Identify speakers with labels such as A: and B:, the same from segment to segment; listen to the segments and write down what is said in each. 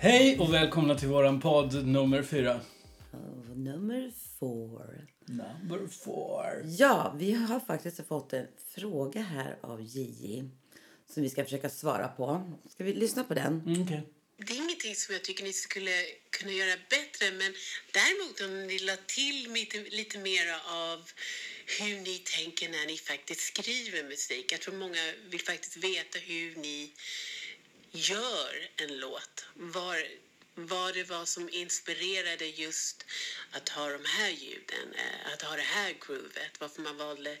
A: Hej och välkomna till våran podd nummer fyra.
B: Oh, nummer four.
A: Number four.
B: Ja, vi har faktiskt fått en fråga här av Gigi som vi ska försöka svara på. Ska vi lyssna på den?
A: Mm, okej.
C: Det är ingenting som jag tycker ni skulle kunna göra bättre, men däremot om ni la till lite, lite mera av hur ni tänker när ni faktiskt skriver musik. Jag tror många vill faktiskt veta hur ni gör en låt. Var, vad det var som inspirerade just att ha de här ljuden, eh, att ha det här groovet, varför man valde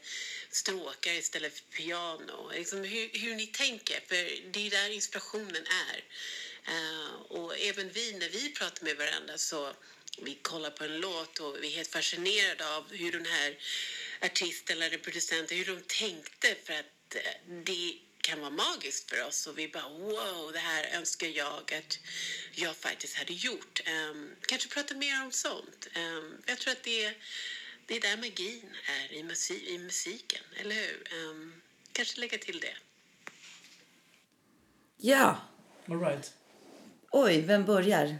C: stråkar istället för piano. Liksom hur, hur ni tänker, för det är där inspirationen är. Eh, och även vi, när vi pratar med varandra så vi kollar på en låt och vi är helt fascinerade av hur den här artisten eller producenten, hur de tänkte för att eh, det kan vara magiskt för oss och vi bara wow, det här önskar jag att jag faktiskt hade gjort. Ehm, kanske prata mer om sånt. Ehm, jag tror att det, det är där magin är i, musi- i musiken, eller hur? Ehm, kanske lägga till det.
B: Ja!
A: All right.
B: Oj, vem börjar?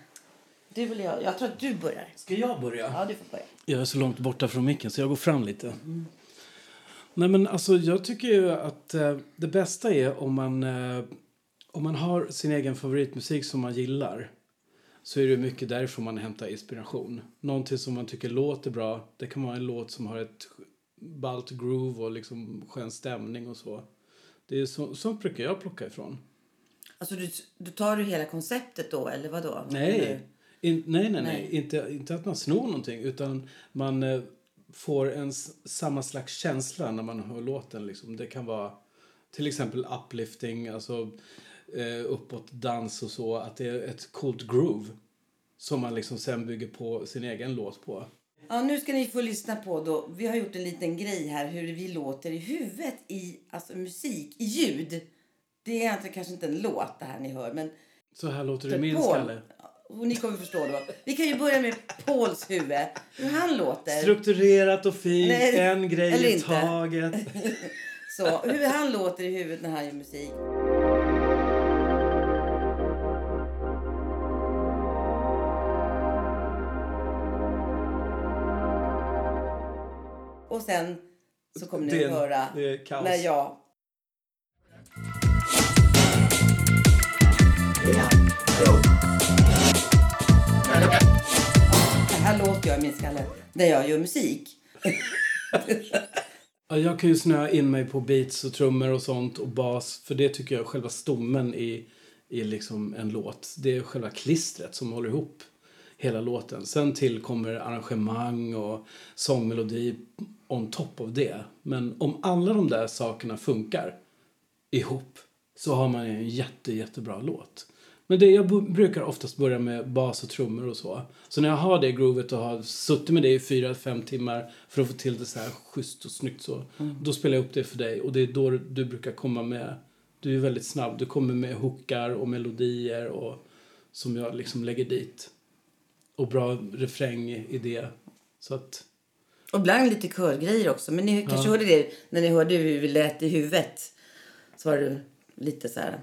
B: Du eller jag? Jag tror att du börjar.
A: Ska jag börja?
B: Ja, du får börja.
A: Jag är så långt borta från micken så jag går fram lite. Nej men alltså jag tycker ju att eh, det bästa är om man, eh, om man har sin egen favoritmusik som man gillar så är det mycket därifrån man hämtar inspiration. Någonting som man tycker låter bra, det kan vara en låt som har ett ballt groove och liksom skön stämning och så. Det är så, sånt brukar jag plocka ifrån.
B: Alltså, du, du tar du hela konceptet då, eller vad då?
A: Nej. In, nej, nej, nej.
B: Nej.
A: Inte, inte att man snor någonting utan man eh, får en s- samma slags känsla när man hör låten. Liksom. Det kan vara till exempel uplifting, alltså eh, uppåt dans och så. Att det är ett coolt groove som man liksom sen bygger på sin egen låt på.
B: Ja, nu ska ni få lyssna på då. Vi har gjort en liten grej här hur vi låter i huvudet i alltså musik, i ljud. Det är alltså kanske inte en låt det här ni hör, men
A: Så här låter det i
B: Paul.
A: min skalle.
B: Och ni kommer förstå då. Vi kan ju börja med Pauls huvud. Hur han låter.
A: Strukturerat och fint,
B: Nej,
A: en
B: eller
A: grej i
B: inte.
A: taget.
B: Så, hur han låter i huvudet när han gör musik. Och sen så kommer ni
A: Det är-
B: att höra
A: det är kaos.
B: när jag... Så här låter jag i min skalle när jag gör musik.
A: Ja, jag kan ju snöa in mig på beats och trummor och sånt och bas för det tycker jag är själva stommen i, i liksom en låt. Det är själva klistret som håller ihop hela låten. Sen tillkommer arrangemang och sångmelodi on top of det. Men om alla de där sakerna funkar ihop så har man ju en jätte, jättebra låt. Men det, jag bu- brukar oftast börja med bas och trummor och så. Så när jag har det groovet och har suttit med det i fyra, fem timmar för att få till det så här schysst och snyggt så.
B: Mm.
A: Då spelar jag upp det för dig och det är då du brukar komma med. Du är väldigt snabb. Du kommer med hookar och melodier och som jag liksom lägger dit. Och bra refräng i det. Så att,
B: Och ibland lite körgrejer också. Men ni kanske hörde det när ni hörde hur vi lät i huvudet. Så var det lite så här.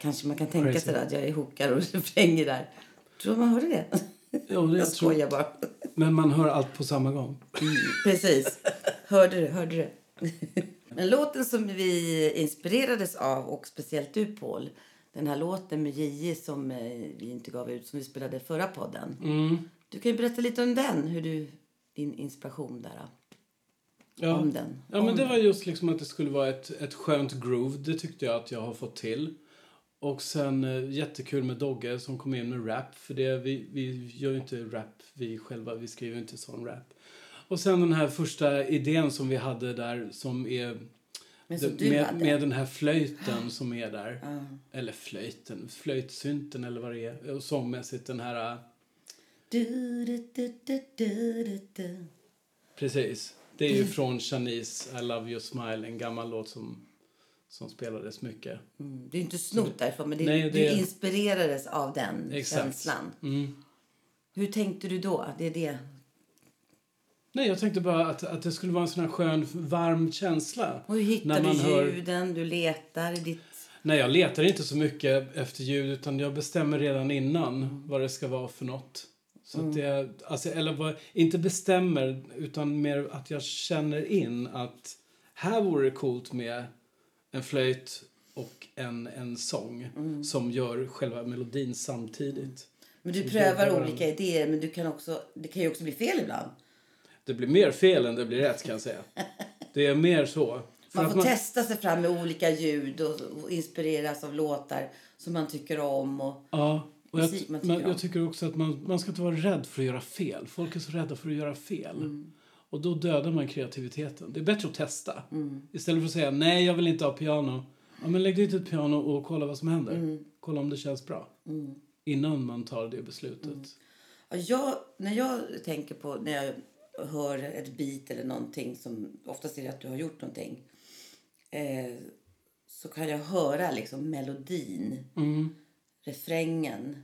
B: Kanske man kan tänka
A: Crazy.
B: sig att jag är hookar och refränger där. Tror man hörde det?
A: ja, det
B: Jag
A: tror,
B: skojar bara.
A: men man hör allt på samma gång.
B: Precis. Hörde du? Hörde du? Men låten som vi inspirerades av, och speciellt du Paul. Den här låten med JJ som eh, vi inte gav ut, som vi spelade i förra podden.
A: Mm.
B: Du kan ju berätta lite om den, hur du, din inspiration där. då.
A: Ja.
B: Om den.
A: Ja, men det var just liksom att det skulle vara ett, ett skönt groove. Det tyckte jag att jag har fått till. Och sen eh, jättekul med Dogge som kom in med rap. För det, vi, vi gör ju inte rap vi själva, vi skriver ju inte sån rap. Och sen den här första idén som vi hade där som är
B: Men som
A: det-
B: du
A: med,
B: hade. Ah.
A: med den här flöjten som är där. Eller flöjten, flöjtsynten eller vad det är. Och sångmässigt den här, eh,
B: Du, du, du, du, du, du.
A: precis. Det är ju från Shanice, I love you smile, en gammal låt som, som spelades mycket.
B: Mm, Det är inte snott därifrån, men det,
A: Nej, det-
B: du inspirerades av den
A: Exakt.
B: känslan.
A: Mm.
B: Hur tänkte du då? Det är det.
A: Nej, jag tänkte bara att, att det skulle vara en sån här skön, varm känsla.
B: Och hur hittar
A: När man
B: du
A: hör-
B: ljuden? Du letar i ditt...
A: Nej, jag letar inte så mycket efter ljud utan jag bestämmer redan innan vad det ska vara för något. Så
B: Mm.
A: att det, alltså, eller vad, inte bestämmer, utan mer att jag känner in att här vore det coolt med en flöjt och en, en sång
B: Mm.
A: som gör själva melodin samtidigt.
B: Men du
A: Så
B: prövar
A: jobbar den.
B: olika idéer, men du kan också, det kan ju också bli fel ibland.
A: Det blir mer fel än det blir rätt kan jag säga. Det är mer så. För
B: Man
A: att
B: får testa sig fram med olika ljud och, och inspireras av låtar som man tycker om. Och,
A: Ja, och jag,
B: Musik man tycker
A: men
B: om.
A: jag tycker också att man, man ska inte vara rädd för att göra fel. Folk är så rädda för att göra fel. Och då dödar man kreativiteten. Det är bättre att testa. Istället för att säga nej, jag vill inte ha piano. Ja, men lägg dit ett piano och kolla vad som händer. Kolla om det känns bra. Innan man tar det beslutet.
B: Ja, Jag, när jag tänker på, när jag hör ett beat eller någonting som oftast är det att du har gjort någonting. Eh, så kan jag höra liksom melodin, refrängen,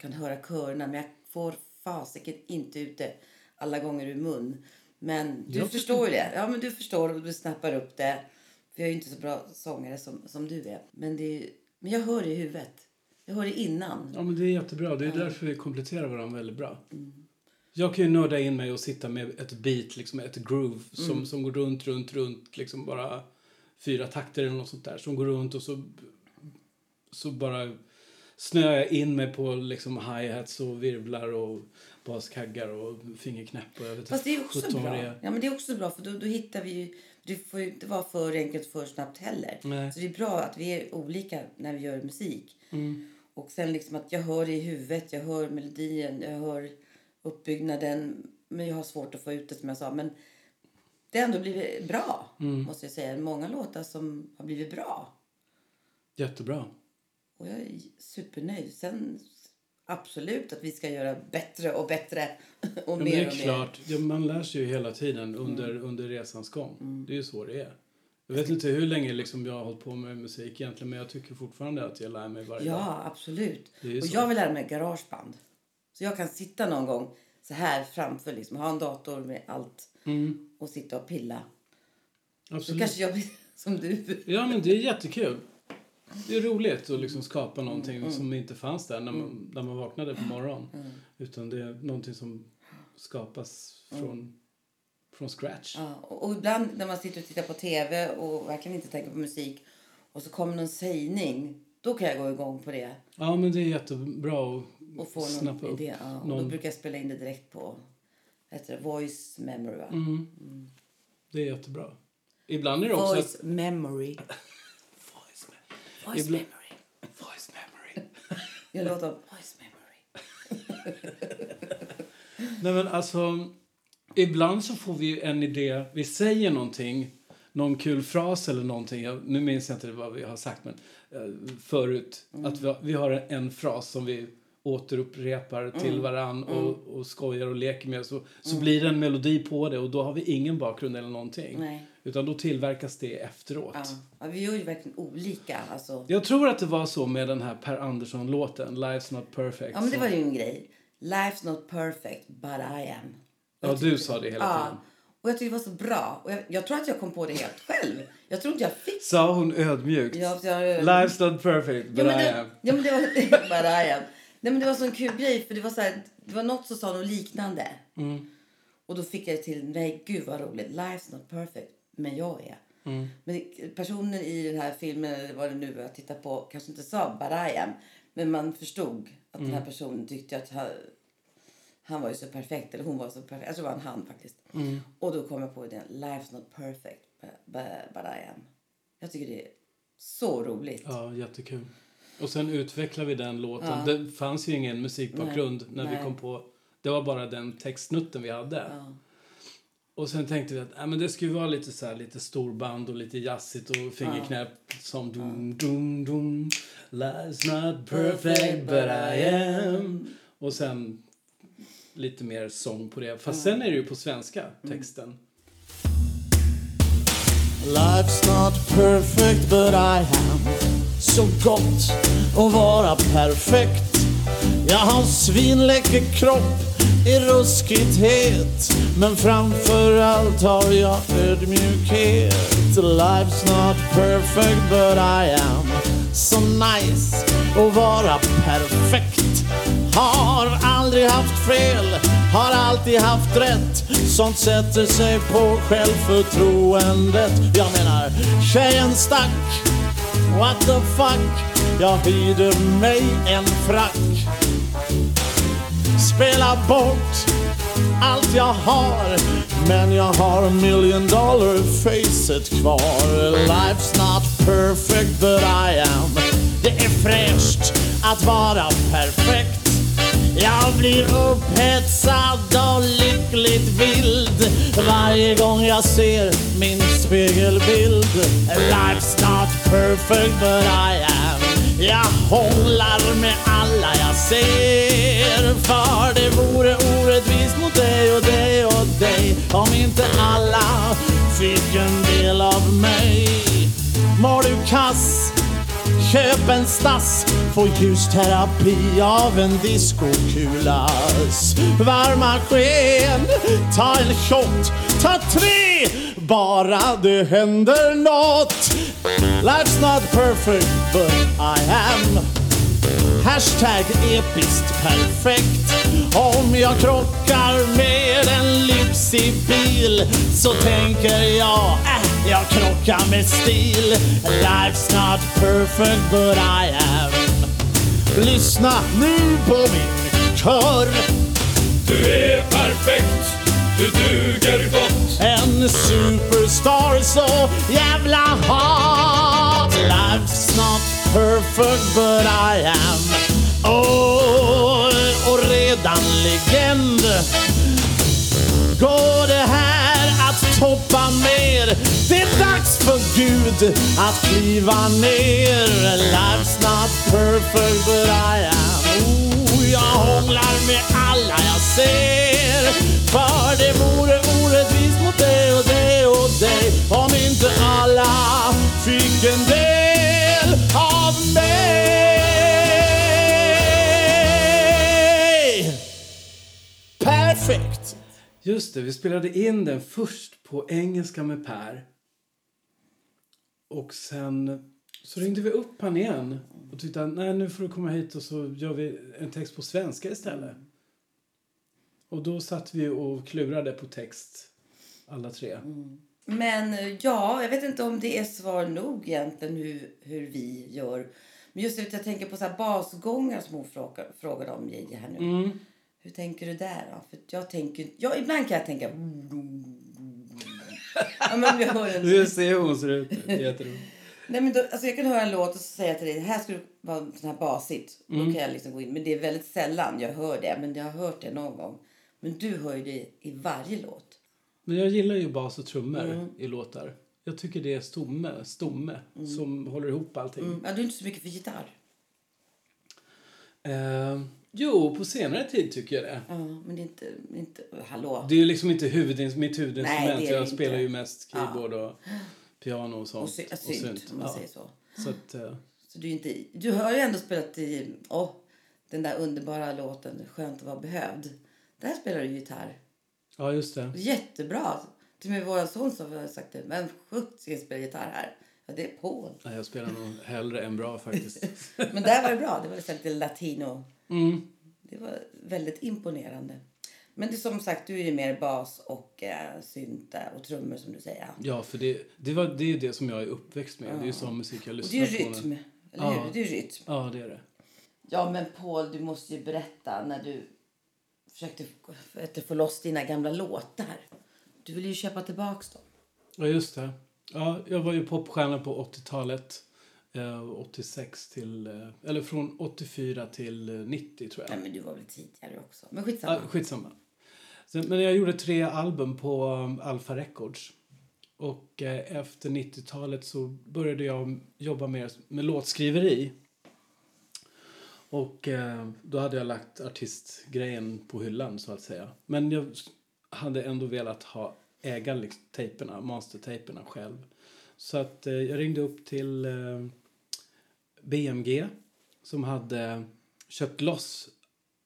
B: kan höra körerna men jag får fasiken inte ut det alla gånger ur mun. Men du
A: Jag
B: förstår ju det. Ja, men du förstår och du snappar upp det. För jag är ju inte så bra sångare som, som du är. Men, det är ju, men jag hör det i huvudet. Jag hör det innan.
A: Ja, men det är jättebra. Det är därför vi kompletterar varandra väldigt bra.
B: Mm.
A: Jag kan ju nörda in mig och sitta med ett beat, liksom ett groove som,
B: Mm.
A: som går runt, runt, runt, liksom bara fyra takter eller något sånt där som går runt och så, så bara snöar jag in mig på liksom hi-hats och virvlar och baskaggar och fingerknäpp och jag vet inte
B: Fast det är också
A: sjutton vad
B: bra.
A: det är.
B: Ja, men det är också bra för då, då hittar vi ju... Det får ju inte vara för enkelt för snabbt heller.
A: Nej.
B: Så det är bra att vi är olika när vi gör musik.
A: Mm.
B: Och sen liksom att jag hör det i huvudet, jag hör melodin, jag hör uppbyggnaden. Men jag har svårt att få ut det som jag sa. Men det har ändå blivit bra,
A: Mm.
B: måste jag säga. Många låtar som har blivit bra.
A: Jättebra.
B: Och jag är supernöjd. Sen absolut att vi ska göra bättre och bättre. Och
A: Ja, men det är
B: mer och mer. Mm.
A: klart. Ja, man lär sig ju hela tiden under, under resans gång. Det är ju så det är. Jag vet inte hur länge liksom jag har hållit på med musik egentligen men jag tycker fortfarande att jag lär mig varje dag.
B: Ja, absolut.
A: Det är ju
B: Och
A: så.
B: jag vill lära mig garageband. Så jag kan sitta någon gång så här framför, liksom, ha en dator med allt
A: Mm.
B: och sitta och pilla. Så
A: Absolut.
B: kanske jag blir som du.
A: Ja men det är jättekul. Det är roligt att liksom
B: Mm,
A: skapa någonting som inte fanns där när man, när man vaknade på morgonen.
B: Mm.
A: Utan det är någonting som skapas från, från scratch.
B: Mm. Ja, och, och ibland när man sitter och tittar på tv och verkligen inte tänker på musik och så kommer någon sägning, då kan jag gå igång på det.
A: Ja men det är jättebra
B: Och
A: att
B: få
A: snappa
B: någon
A: upp.
B: idé. Ja, och då
A: någon-
B: brukar jag spela in det direkt på vad heter det, voice memory. Va?
A: Mm. Det är jättebra. Ibland är det också...
B: Voice memory.
A: Voice
B: Voice
A: Ibland-
B: memory.
A: Voice memory.
B: Jag låter voice memory.
A: Nej men alltså, ibland så får vi en idé, vi säger någonting, någon kul fras eller någonting, jag, nu minns jag inte vad vi har sagt men eh, förut,
B: Mm.
A: att vi, har- vi har en fras som vi återupprepar
B: Mm.
A: till varann och, och skojar och leker med så, så blir det en melodi på det och då har vi ingen bakgrund eller någonting.
B: Nej.
A: Utan då tillverkas det efteråt.
B: Ja. Ja, vi gör ju verkligen olika. Alltså.
A: Jag tror att det var så med den här Per Andersson-låten, Life's Not Perfect.
B: Ja, men det
A: som-
B: var ju en grej. Life's not perfect, but I am.
A: ja du sa det hela tiden.
B: Ja. Och jag tyckte det var så bra. Och jag, jag tror att jag kom på det helt själv. Jag tror inte jag fick
A: Sa hon ödmjukt?
B: Ja, för jag-
A: Life's not perfect, but
B: ja, men
A: I
B: det.
A: am.
B: Ja, men det var, but I am. Nej, men det var så en kul grej. För det var, så här, det var något som sa något liknande. Och då fick jag det till mig. Gud vad roligt. Life's not perfect, men jag är. Men personen i den här filmen eller vad det nu var jag tittar på kanske inte sa but I am. Men man förstod att den här personen tyckte att han, han var ju så perfekt. Eller hon var så perfekt. Jag tror det var en han faktiskt. Och då kom jag på den. Life's not perfect, but, but, but I am. Jag tycker det är så roligt.
A: Ja, jättekul. Och sen utvecklade vi den låten. Det fanns ju ingen musikbakgrund när
B: nej.
A: vi kom på. Det var bara den textsnutten vi hade. Och sen tänkte vi att ja, men det skulle vara lite så här, lite storband och lite jazzigt och fingerknäpp som dum, dum, dum. Life's not perfect but I am. Och sen lite mer sång på det. Fast sen är det ju på svenska, texten.
D: Life's not perfect but I am Så gott att vara perfekt Jag har en svinläcker kropp i ruskigt het Men framför allt har jag ödmjukhet Life's not perfect but I am så nice att vara perfekt Har aldrig haft fel, har alltid haft rätt Sånt sätter sig på självförtroendet Jag menar, tjejen stack What the fuck, jag hyrde mig en frack Spela bort allt jag har Men jag har million dollar facet kvar Life's not perfect but I am Det är fräscht att vara perfekt Jag blir upphetsad och lyckligt vild Varje gång jag ser min spegelbild Life's not perfect but I am Jag hånglar med alla jag ser För det vore orättvist mot dig och dig och dig Om inte alla fick en del av mig Mår du kass? Köp en stass, få ljusterapi av en diskokulas. Varma sken, ta en shot, ta tre, bara det händer nåt. Life's not perfect, but I am. Hashtag episkt perfekt. Om jag krockar med en lyxig bil så tänker jag, äh, jag krockar med stil. Life's not perfect but I am. Lyssna nu på min kör.
E: Du är perfekt, du duger gott.
D: En superstar så jävla hot Life's not perfect but I am oh, Och redan legend Går det här att toppa mer? Det är dags för Gud att kliva ner Life's not perfect but I am oh, Jag hånglar med alla jag ser För det vore orättvist mot dig och dig och dig Om inte alla fick en del av mig Perfekt!
A: Just det, vi spelade in den först på engelska med Per. Och sen så ringde vi upp han igen och tyckte att nej nu får du komma hit och så gör vi en text på svenska istället. Och då satt vi och klurade på text alla tre.
B: Men eh, ja, jag vet inte om det är svar nog egentligen hur, hur vi gör. Men just det, jag tänker på så här basgångar som hon frågar, frågade om Gigi här nu. Hur tänker du där då? För att jag tänker, ja, ibland kan jag tänka... ja, men jag hör en,
A: Du ser hur hon ser ut. Det är jätteroligt.
B: nej, men då, alltså jag kan höra en låt och så säger jag till dig, det här skulle vara sån här basigt. Då kan jag liksom gå in. Men det är väldigt sällan jag hör det. Men jag har hört det någon gång. Men du hör ju det i varje låt.
A: Men jag gillar ju bas och trummor i låtar. Jag tycker det är stomme, stomme som håller ihop allting.
B: Ja, du är inte så mycket för gitarr.
A: Eh, jo, på senare tid tycker jag det.
B: Ja, men det är inte, inte hallå.
A: Det är ju liksom inte huvudins, mitt huvudinstrument.
B: Nej, det är det
A: jag
B: inte.
A: spelar ju mest keyboard och piano och sånt.
B: Och sy- synt, om man
A: Ja.
B: säger så.
A: Så att, eh,
B: så du, är inte, du har ju ändå spelat i åh, den där underbara låten Skönt att vara behövd. Där spelar du gitarr.
A: ja, just det.
B: Jättebra! Till och med vår son som har sagt det. Men sjuttsingen spelar gitarr här? Ja, det är Paul.
A: Nej, jag spelar nog hellre än bra faktiskt.
B: Men där var det bra. Det var liksom lite latino.
A: Mm.
B: Det var väldigt imponerande. Men det är som sagt, du är ju mer bas och eh, synta och trummor som du säger.
A: Ja, för det, det, var, det är ju det som jag är uppväxt med. Det är ju sån musik jag
B: Och
A: lyssnar
B: det är
A: på.
B: ju
A: när-
B: rytm. Eller hur?
A: Ja.
B: Det är ju rytm.
A: Ja, det är det.
B: Ja, men Paul, du måste ju berätta när du försökte f- få loss dina gamla låtar. Du ville ju köpa tillbaks dem.
A: Ja, just det. Ja, jag var ju popstjärna på 80-talet. Eh, 86 till... Eh, eller från 84 till eh, 90, tror jag.
B: Nej, men du var väl tidigare också. Men
A: Ah,
B: skitsamma.
A: skitsamma. Sen, men jag gjorde tre album på um, Alpha Records. Och eh, efter 90-talet så började jag jobba mer med låtskriveri. Och eh, då hade jag lagt artistgrejen på hyllan så att säga. Men jag s- hade ändå velat ha äga liksom, tejperna, mastertejperna själv. Så att eh, jag ringde upp till eh, BMG som hade köpt loss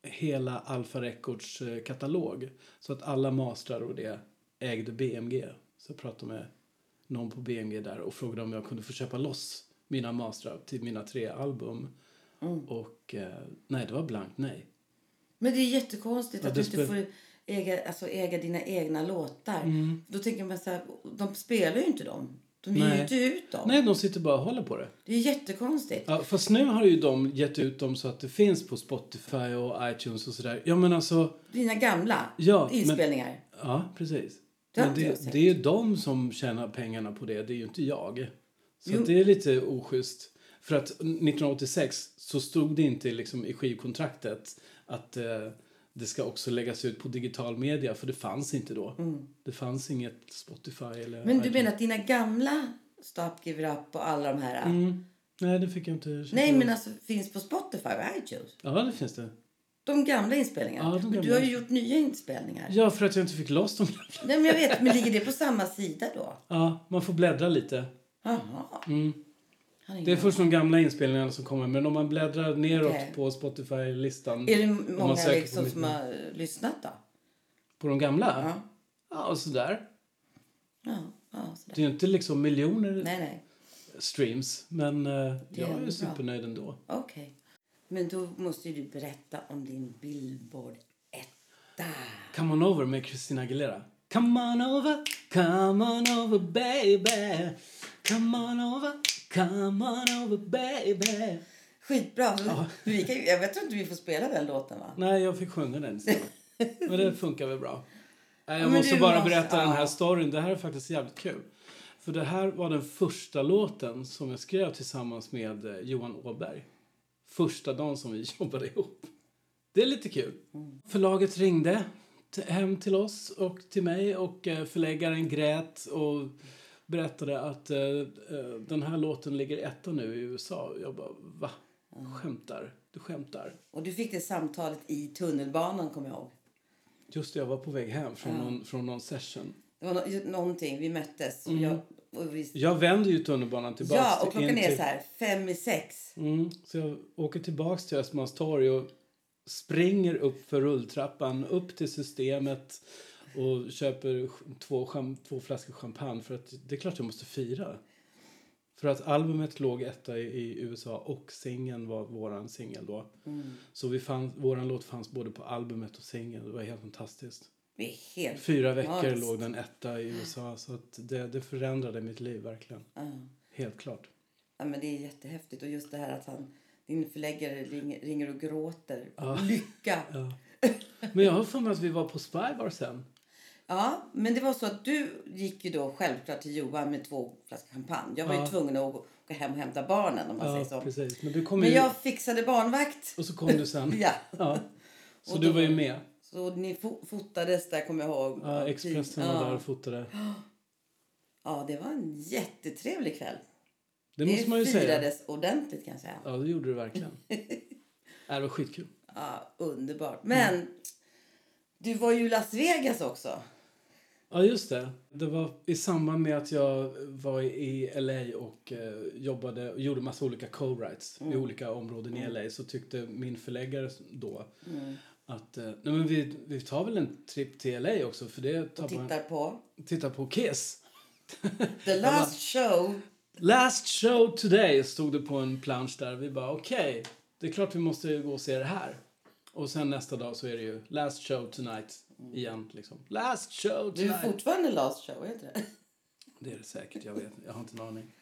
A: hela Alpha Records eh, katalog. Så att alla mastrar och det ägde BMG. Så jag pratade med någon på BMG där och frågade om jag kunde få köpa loss mina mastrar till mina tre album. Och eh, nej, det var blankt nej.
B: Men det är jättekonstigt
A: Ja,
B: att
A: det
B: du inte
A: spel-
B: får äga, alltså äga dina egna låtar. Då tänker man så här, de spelar ju inte dem. De ger
A: Mm. Nej.
B: ju inte ut dem.
A: Nej, de sitter bara och håller på det.
B: Det är jättekonstigt.
A: Ja, fast nu har ju de gett ut dem så att det finns på Spotify och iTunes och sådär. Ja, men alltså...
B: Dina gamla
A: Ja, men-
B: inspelningar.
A: Ja, precis.
B: Det har
A: Men
B: inte jag
A: det,
B: sett.
A: det är ju de som tjänar pengarna på det, det är ju inte jag. Så
B: Jo.
A: att det är lite oschysst. För att 1986 så stod det inte liksom i skivkontraktet att eh, det ska också läggas ut på digital media, för det fanns inte då. Det fanns inget Spotify eller...
B: Mm. Men du
A: iTunes.
B: menar att dina gamla Stop Give It Up och alla de här.
A: Mm. Nej, det fick jag inte...
B: Nej, men alltså finns på Spotify och iTunes.
A: Ja, det finns det.
B: De gamla inspelningarna.
A: Ja, de
B: Men du
A: gamla.
B: har ju gjort nya inspelningar.
A: Ja, för att jag inte fick loss dem.
B: Nej, men jag vet. Men ligger det på samma sida då?
A: Ja, man får bläddra lite.
B: Jaha. Han är
A: Mm. Det är
B: ju-
A: först de gamla inspelningarna som kommer, men om man bläddrar neråt
B: Okej.
A: på Spotify-listan...
B: Är det
A: om man
B: många
A: söker på
B: liksom
A: mitt
B: som
A: namn.
B: har eh, lyssnat då?
A: På de gamla?
B: Ja.
A: Ja, och sådär.
B: Ja, ja sådär.
A: Det är ju inte liksom miljoner
B: Nej, nej.
A: streams, men eh,
B: är
A: jag är
B: bra.
A: ju supernöjd ändå.
B: Okej. Men då måste ju du berätta om din Billboard 1.
A: Come on over med Christina Aguilera. Come on over, come on over baby Come on over, come on over baby
B: Skitbra. Vi kan, ju- jag vet inte vi får spela den låten va?
A: Nej, jag fick sjunga den istället. Men det funkar väl bra. Nej, jag
B: men
A: måste
B: du
A: bara
B: måste-
A: berätta den
B: ja.
A: här storyn. Det här är faktiskt jävligt kul. För det här var den första låten som jag skrev tillsammans med eh, Johan Åberg. Första dagen som vi jobbade ihop. Det är lite kul.
B: Mm.
A: Förlaget ringde t- hem till oss och till mig och eh, förläggaren grät och berättade att eh, eh, den här låten ligger etta nu i USA. Jag bara, va?
B: Mm.
A: Skämtar? Du skämtar?
B: Och du fick det samtalet i tunnelbanan kommer jag ihåg.
A: Just det, jag var på väg hem från, någon, från någon session.
B: Det var nå- någonting, vi möttes. Och jag, och vi,
A: Jag vänder ju tunnelbanan tillbaks.
B: ja, och
A: till-
B: klockan
A: Mm. in
B: är
A: till,
B: så här fem i sex.
A: Mm, så jag åker tillbaks till Östmalmstorg och springer upp för rulltrappan, upp till systemet och köper ch- två, cham- två flaskor champagne för att det är klart jag måste fira. För att albumet låg etta i, i USA och singeln var våran singel då.
B: Mm.
A: Så vi fann, våran låt fanns både på albumet och singeln. Det var helt fantastiskt.
B: Vi är helt...
A: Fyra veckor
B: Magiskt.
A: låg den etta i USA. Så att det, det förändrade mitt liv verkligen. Helt klart.
B: Ja, men det är jättehäftigt. Och just det här att han, din förläggare ring, ringer och gråter. Lycka!
A: Ja. Men jag har för mig att vi var på Spybar sen.
B: Ja, men det var så att du gick ju då självklart till Johan med två flaskor champagne. Jag var ju tvungen att gå gå hem och hämta barnen om man
A: Ja,
B: säger så.
A: precis. Men du kom
B: Men
A: ju,
B: jag fixade barnvakt.
A: och så kom du sen.
B: Ja.
A: Så
B: Och
A: du
B: då-
A: var ju med.
B: Så ni fo- fotades där kommer jag ihåg.
A: Ja, Expressen var
B: ja.
A: där och fotade.
B: Ja, det var en jättetrevlig kväll.
A: Det måste man ju säga.
B: firades ordentligt kan jag säga. Ja,
A: Ja, det gjorde du verkligen. Ja, Det var skitkul.
B: underbart. Men du var ju i Las Vegas också.
A: Ja, just det. Det var i samband med att jag var i LA och eh, jobbade och gjorde massa olika co-writes i olika områden i LA så tyckte min förläggare då att eh, nej, men vi, vi tar väl en tripp till LA också för det tar man,
B: Tittar på
A: titta på Kiss.
B: The Last Show.
A: Last show today stod det på en plansch där. Vi bara okej, det är klart vi måste gå och se det här. Och sen nästa dag så är det ju last show tonight igen liksom. Last show
B: Du är
A: tonight.
B: fortfarande Last Show, är inte det?
A: Det är det säkert, jag vet. Jag har inte en aning.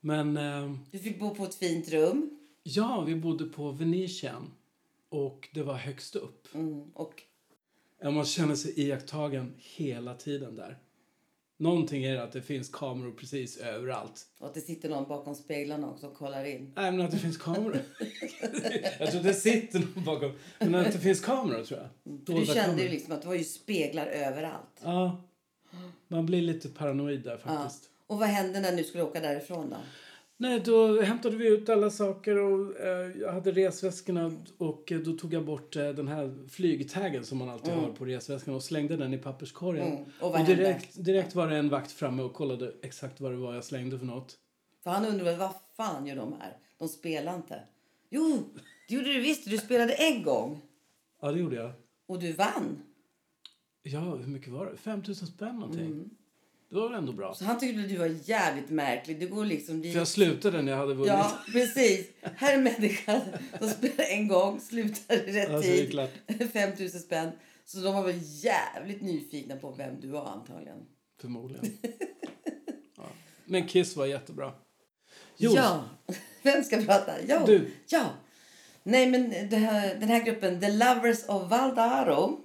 A: Men eh,
B: Du fick bo på ett fint rum.
A: ja, vi bodde på Venetian och det var högst upp.
B: Mm, och
A: Ja, Man känner sig iakttagen hela tiden där. Någonting är att det finns kameror precis överallt.
B: Och att det sitter någon bakom speglarna också och kollar in.
A: Nej, men att det finns kameror. jag tror att det sitter någon bakom. Men att det finns kameror tror jag.
B: Du
A: Dolda
B: kände ju
A: kameror.
B: liksom att det var ju speglar överallt.
A: Ja. Man blir lite paranoid där faktiskt.
B: Och vad hände när du skulle åka därifrån då?
A: Nej, då hämtade vi ut alla saker och eh, jag hade resväskorna och eh, då tog jag bort eh, den här flygtaggen som man alltid har på resväskan och slängde den i papperskorgen.
B: Mm. Och vad hände?
A: direkt, direkt var det en vakt framme och kollade exakt vad det var jag slängde för något.
B: För han undrade vad fan gör de här? De spelar inte. Jo, det gjorde du visst. Du spelade en gång
A: Ja, det gjorde jag.
B: och du vann.
A: Ja, hur mycket var det? 5 000 spänn någonting. Det var väl ändå bra.
B: Mm. Så han tyckte att du var jävligt märklig. Du går liksom dit.
A: För jag slutade när jag hade vunnit.
B: Ja, precis. Här är en människa som spelar en gång, slutar i rätt
A: Alltså, det är klart.
B: tid. 5 000 spänn. Så de var väl jävligt nyfikna på vem du var antagligen.
A: Förmodligen. Ja. Men Kiss var jättebra. Jo,
B: Ja. Vem ska prata? Jo.
A: Du.
B: Ja. Nej, men det här, den här gruppen, The Lovers of Valdaro,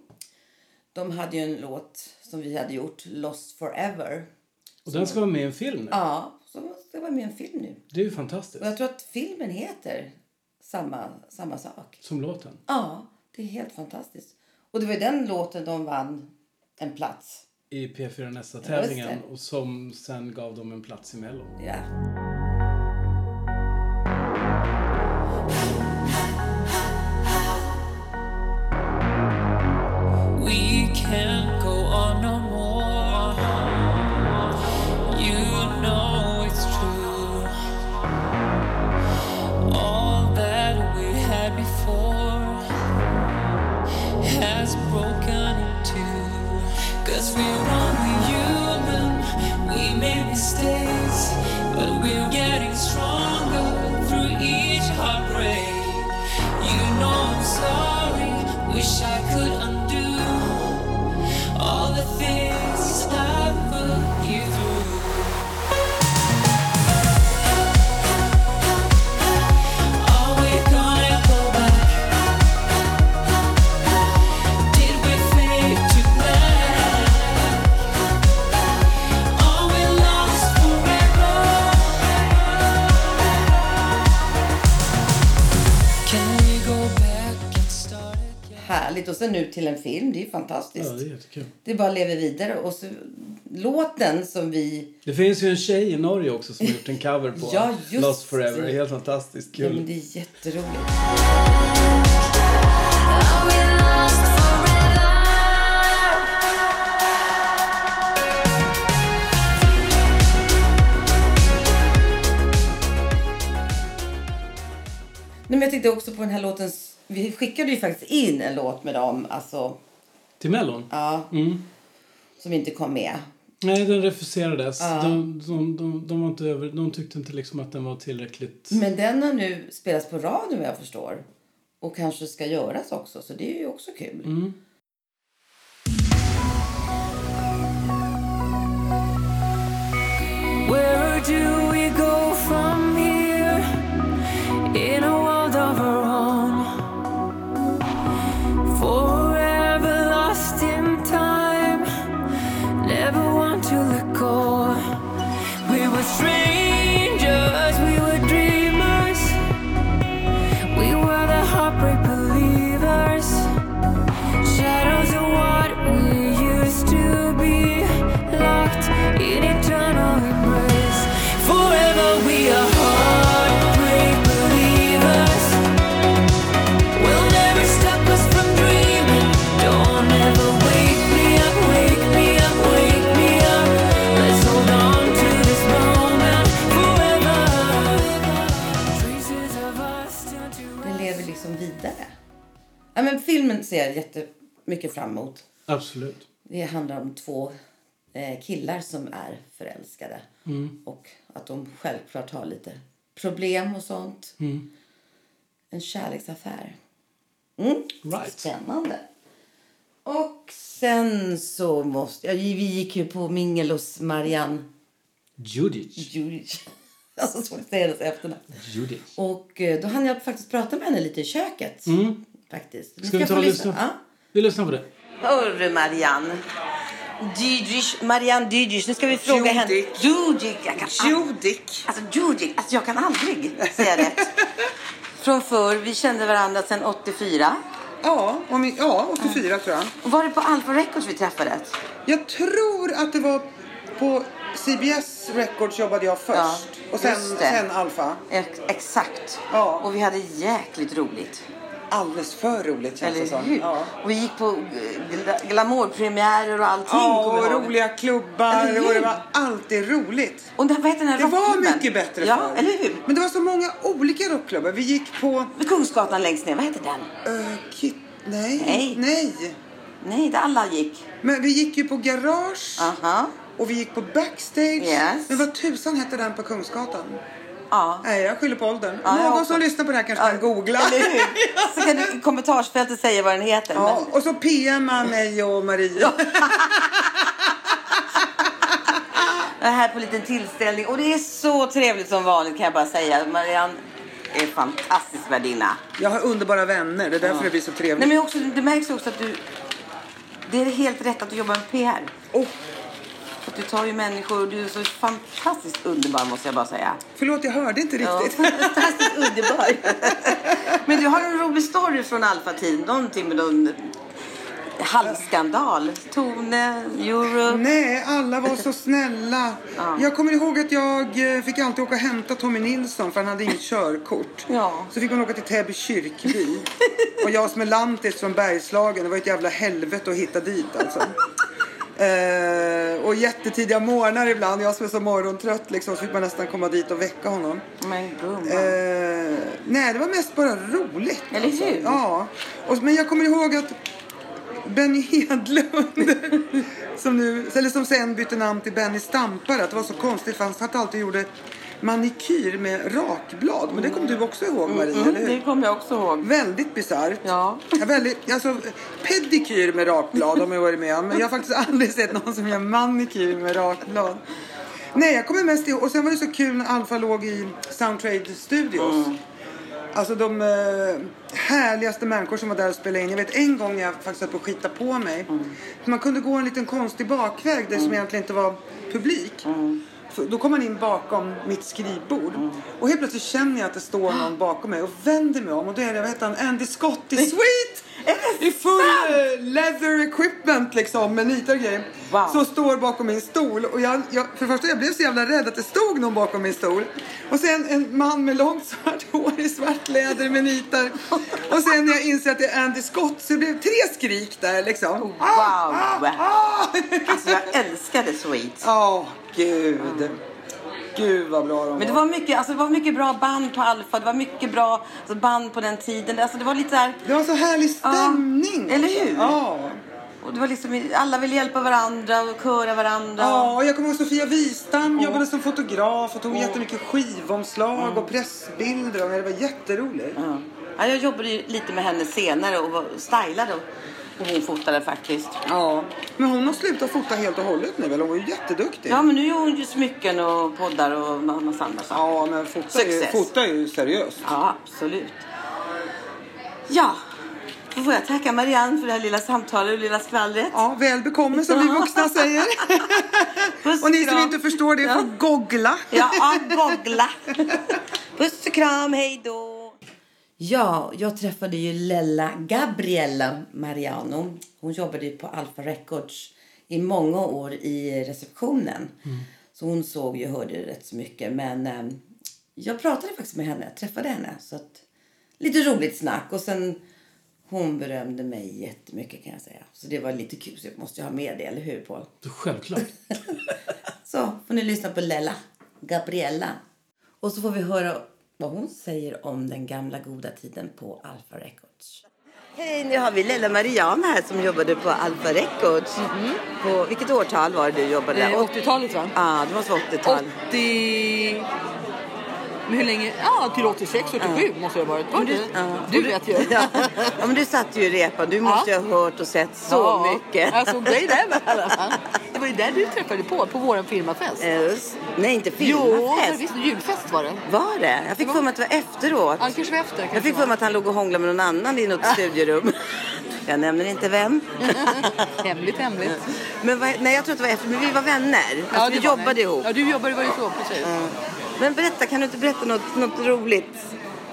B: de hade ju en låt som vi hade gjort, Lost Forever.
A: och den ska vara med i en film nu.
B: Ja, som ska vara med i en film nu.
A: Det är ju
B: Och
A: fantastiskt.
B: jag tror att filmen heter samma, samma sak.
A: Som låten.
B: Ja, det är helt fantastiskt. Och det var ju den låten de vann en plats.
A: I P4
B: Just
A: Nästa-tävlingen.
B: det.
A: Och som sen gav dem en plats i Mello.
B: Ja.
F: We can't go on no more. You know it's true. All that we had before has broken in two. Cause we're only human, we made mistakes, but we're getting stronger through each heartbreak. You know I'm sorry, wish I could undo all the things I put you through. Are we gonna go back? Did we fade to black? Are we lost forever? Can we go back and start again?
B: Härligt. Och sen nu till en film. Det är ju fantastiskt.
A: Ja, det är jättekul.
B: det är bara lever vidare. Och så låten som vi...
A: Det finns ju en tjej i Norge också som har gjort en cover på
B: Ja, just
A: Lost Forever. Det
B: det.
A: är helt fantastiskt
B: Ja, men
A: kul.
B: det är jätteroligt.
F: Are we lost forever?
B: Nej, men jag tänkte också på den här låten. Vi skickade ju faktiskt in en låt med dem. Alltså,
A: Till Mellon?
B: ja.
A: Mm.
B: Som inte kom med.
A: Nej, den refuserades. De, de, de, de, var inte över, de tyckte inte liksom att den var tillräckligt...
B: Men den har nu spelats på radio vad jag förstår. Och kanske ska göras också. Så det är ju också kul.
F: Where do we go from here in a world of our own? Forever lost in time, never want to let go. We were strangers, we were dreamers, we were the heartbreak believers. Shadows of what we used to be, locked in eternal embrace. Forever we are heartbreak believers. Will never stop us from dreaming. Don't ever wake me up, wake me up, wake me up. Let's hold on to this moment forever. Traces of us turn to
B: Den lever liksom vidare. Ja, men filmen ser jag jättemycket fram emot.
A: Absolut.
B: Det handlar om två eh, killar som är förälskade. Och att de självklart har lite problem och sånt. En kärleksaffär. Mm.
A: Right.
B: Spännande. Och sen så måste... Ja, vi gick ju på mingel hos Marianne
A: Judith.
B: Djuric. Alltså svårt att säga hennes efternamn.
A: Judith.
B: Och eh, då hann jag faktiskt prata med henne lite i köket. Faktiskt.
A: Mm. Ska vi ta
B: få
A: och lyssna?
B: Ja.
A: Vi lyssnar på det.
B: Hörru Marianne. Dydish, Marianne Dydish. Nu ska vi fråga henne.
G: Judic.
B: Judic. Jag kan al-
G: Judik.
B: Alltså Judic. Alltså jag kan aldrig säga rätt. Från förr. Vi kände varandra sedan 84.
G: Ja, om, ja, 84 tror jag.
B: Och var det på Alfa Records vi träffades?
G: Jag tror att det var på CBS Records jobbade jag först.
B: Ja,
G: och sen,
B: just det.
G: sen Alfa.
B: Ex- exakt.
G: Ja.
B: Och vi hade jäkligt roligt.
G: Alldeles för roligt känns det
B: Eller
G: som.
B: hur?
G: Ja.
B: Och vi gick på eh, gla- glamourpremiärer och allting.
G: Ja,
B: kommer
G: och
B: jag ihåg.
G: roliga
B: Eller hur?
G: klubbar och det var alltid roligt.
B: Och det, vad heter den här
G: Det var
B: rockklubben?
G: mycket bättre
B: Ja,
G: förr.
B: eller hur?
G: Men det var så många olika rockklubbar. Vi gick på...
B: Kungsgatan längst ner, vad heter den?
G: eh, kit... Nej,
B: Nej.
G: nej.
B: Nej, där alla gick.
G: Men vi gick ju på Garage.
B: Aha.
G: Och vi gick på backstage.
B: Yes.
G: Men vad tusan hette den på Kungsgatan?
B: Ja.
G: Nej, jag skyller på åldern.
B: Ja, jag
G: Någon
B: hoppas.
G: som lyssnar på det här kanske kan googla.
B: Eller hur? Så kan du i kommentarsfältet säga vad den heter.
G: Ja,
B: Men,
G: och så PMa mig och Maria.
B: Jag är här på en liten tillställning och det är så trevligt som vanligt kan jag bara säga. Marianne är en fantastisk värdinna.
G: Jag har underbara vänner. Det är därför det blir så
B: Nej,
G: trevligt.
B: men också, det märks också att du... Det är helt rätt att du jobbar med PR.
G: Och
B: För att du tar ju människor och du är så fantastiskt underbar måste jag bara säga.
G: förlåt, jag hörde inte riktigt.
B: Ja, fantastiskt underbar. Men du har en rolig story från Alpha-tiden. Någonting med någon halsskandal. Tone, Europe.
G: Nej, alla var så snälla. Jag kommer ihåg att jag eh, fick alltid åka och hämta Tommy Nilsson för han hade inget körkort.
B: Ja.
G: Så fick man åka till Täby kyrkby. och jag som är lantis från Bergslagen, det var ett jävla helvete att hitta dit alltså. Eh, och jättetidiga morgnar ibland, jag som är så morgontrött liksom, så fick man nästan komma dit och väcka honom.
B: Men gumman.
G: Eh, nej, det var mest bara roligt. alltså.
B: Eller hur?
G: Ja. Och, men jag kommer ihåg att Benny Hedlund, som, nu, eller som sen bytte namn till Benny Stampare, att det var så konstigt för han satt alltid och gjorde manikyr med rakblad. Men det kommer du också ihåg Marie, eller
B: Mm,
G: hur?
B: det kommer jag också ihåg.
G: Väldigt bisarrt.
B: Ja.
G: Ja, Väldigt, alltså, pedikyr med rakblad har man ju varit med om. Men jag har faktiskt aldrig sett någon som gör manikyr med rakblad. Nej, jag kommer mest ihåg. Och sen var det så kul när Alfa låg i Soundtrade Studios. Alltså de eh, härligaste människor som var där och spelade in. Jag vet en gång när jag faktiskt höll på att skita på mig. Man kunde gå en liten konstig bakväg där som egentligen inte var publik. För Då kom man in bakom mitt skrivbord och helt plötsligt känner jag att det står någon bakom mig och vänder mig om och då är det, vad heter han, Andy Scott i Sweet! I full eh, leather equipment liksom med nitar och grejer.
B: Wow.
G: Så står bakom min stol och jag, jag, för det första jag blev så jävla rädd att det stod någon bakom min stol. Och sen en man med långt svart hår i svart läder med nitar. Och sen när jag inser att det är Andy Scott så det blev tre skrik där liksom.
B: Oh,
G: Wow!
B: Alltså jag älskade Sweet.
G: Åh, gud. Gud vad bra de var.
B: Men det var, mycket, alltså det var mycket bra band på Alfa, det var mycket bra alltså band på den tiden. Alltså det var lite där,
G: Det var så härlig stämning.
B: Ja, eller hur?
G: Ja.
B: och det var liksom, alla ville hjälpa varandra och köra varandra.
G: ja, och jag kommer ihåg Sofia Wistam jobbade som fotograf och tog jättemycket skivomslag och pressbilder. Och det var jätteroligt.
B: Ja. Ja, jag jobbade ju lite med henne senare och var stylade och och hon fotade faktiskt.
G: Ja. Men hon har slutat fota helt och hållet nu, eller? Hon var ju jätteduktig.
B: Ja, men nu gör hon ju smycken och poddar och ma- massa andra saker.
G: Ja, men fota är, ju,
B: Success.
G: fota är ju seriöst.
B: Ja, absolut. Ja, då får jag tacka Marianne för det här lilla samtalet och lilla skvallret.
G: Ja, väl bekomme som vi vuxna säger.
B: Puss
G: och ni som
B: kram.
G: inte förstår det får googla.
B: Ja, ja googla. Puss och kram, hej då. Ja, jag träffade ju Lella Gabriella Mariano. Hon jobbade ju på Alpha Records i många år i receptionen. Så hon såg ju och hörde ju rätt så mycket. Men eh, jag pratade faktiskt med henne, jag träffade henne. Så att, lite roligt snack. Och sen hon berömde mig jättemycket kan jag säga. Så det var lite kul, så jag måste ju ha med det, eller hur Paul?
A: Självklart.
B: Så får ni lyssna på Lella, Gabriella. Och så får vi höra vad hon säger om den gamla goda tiden på Alpha Records. Hej, nu har vi Lella Mariana här som jobbade på Alpha Records. På, vilket årtal var det er du jobbade?
H: Eh,
B: där?
H: 80-talet va?
B: Ja, det måste vara 80-tal.
H: 80... Men hur länge? Ja, till 86, 87 måste jag ha varit. Var det?
B: Ja.
H: Du vet ju.
B: Ja. ja, men du satt ju i repan. Du måste ju ha hört och sett så
H: Ja,
B: mycket.
H: Jag såg dig där med i alla fall. Det var ju där du träffade på, på våran firmafest.
B: Yes. Eh, Nej, inte
H: Jo,
B: filmafest.
H: visst. Julfest var det.
B: Var det? Jag fick för mig att det var efteråt.
H: Ja, kanske var efter. Kanske
B: Jag fick
H: var.
B: för mig att han låg och hånglade med någon annan i något studierum. Jag nämner inte vem.
H: Hemligt, hemligt.
B: Men vad, nej, jag tror att det var efter, men vi var vänner. Alltså, vi
H: det var
B: jobbade
H: det.
B: ihop.
H: Ja, du jobbade var ju så, precis.
B: Men berätta, kan du inte berätta något, något roligt?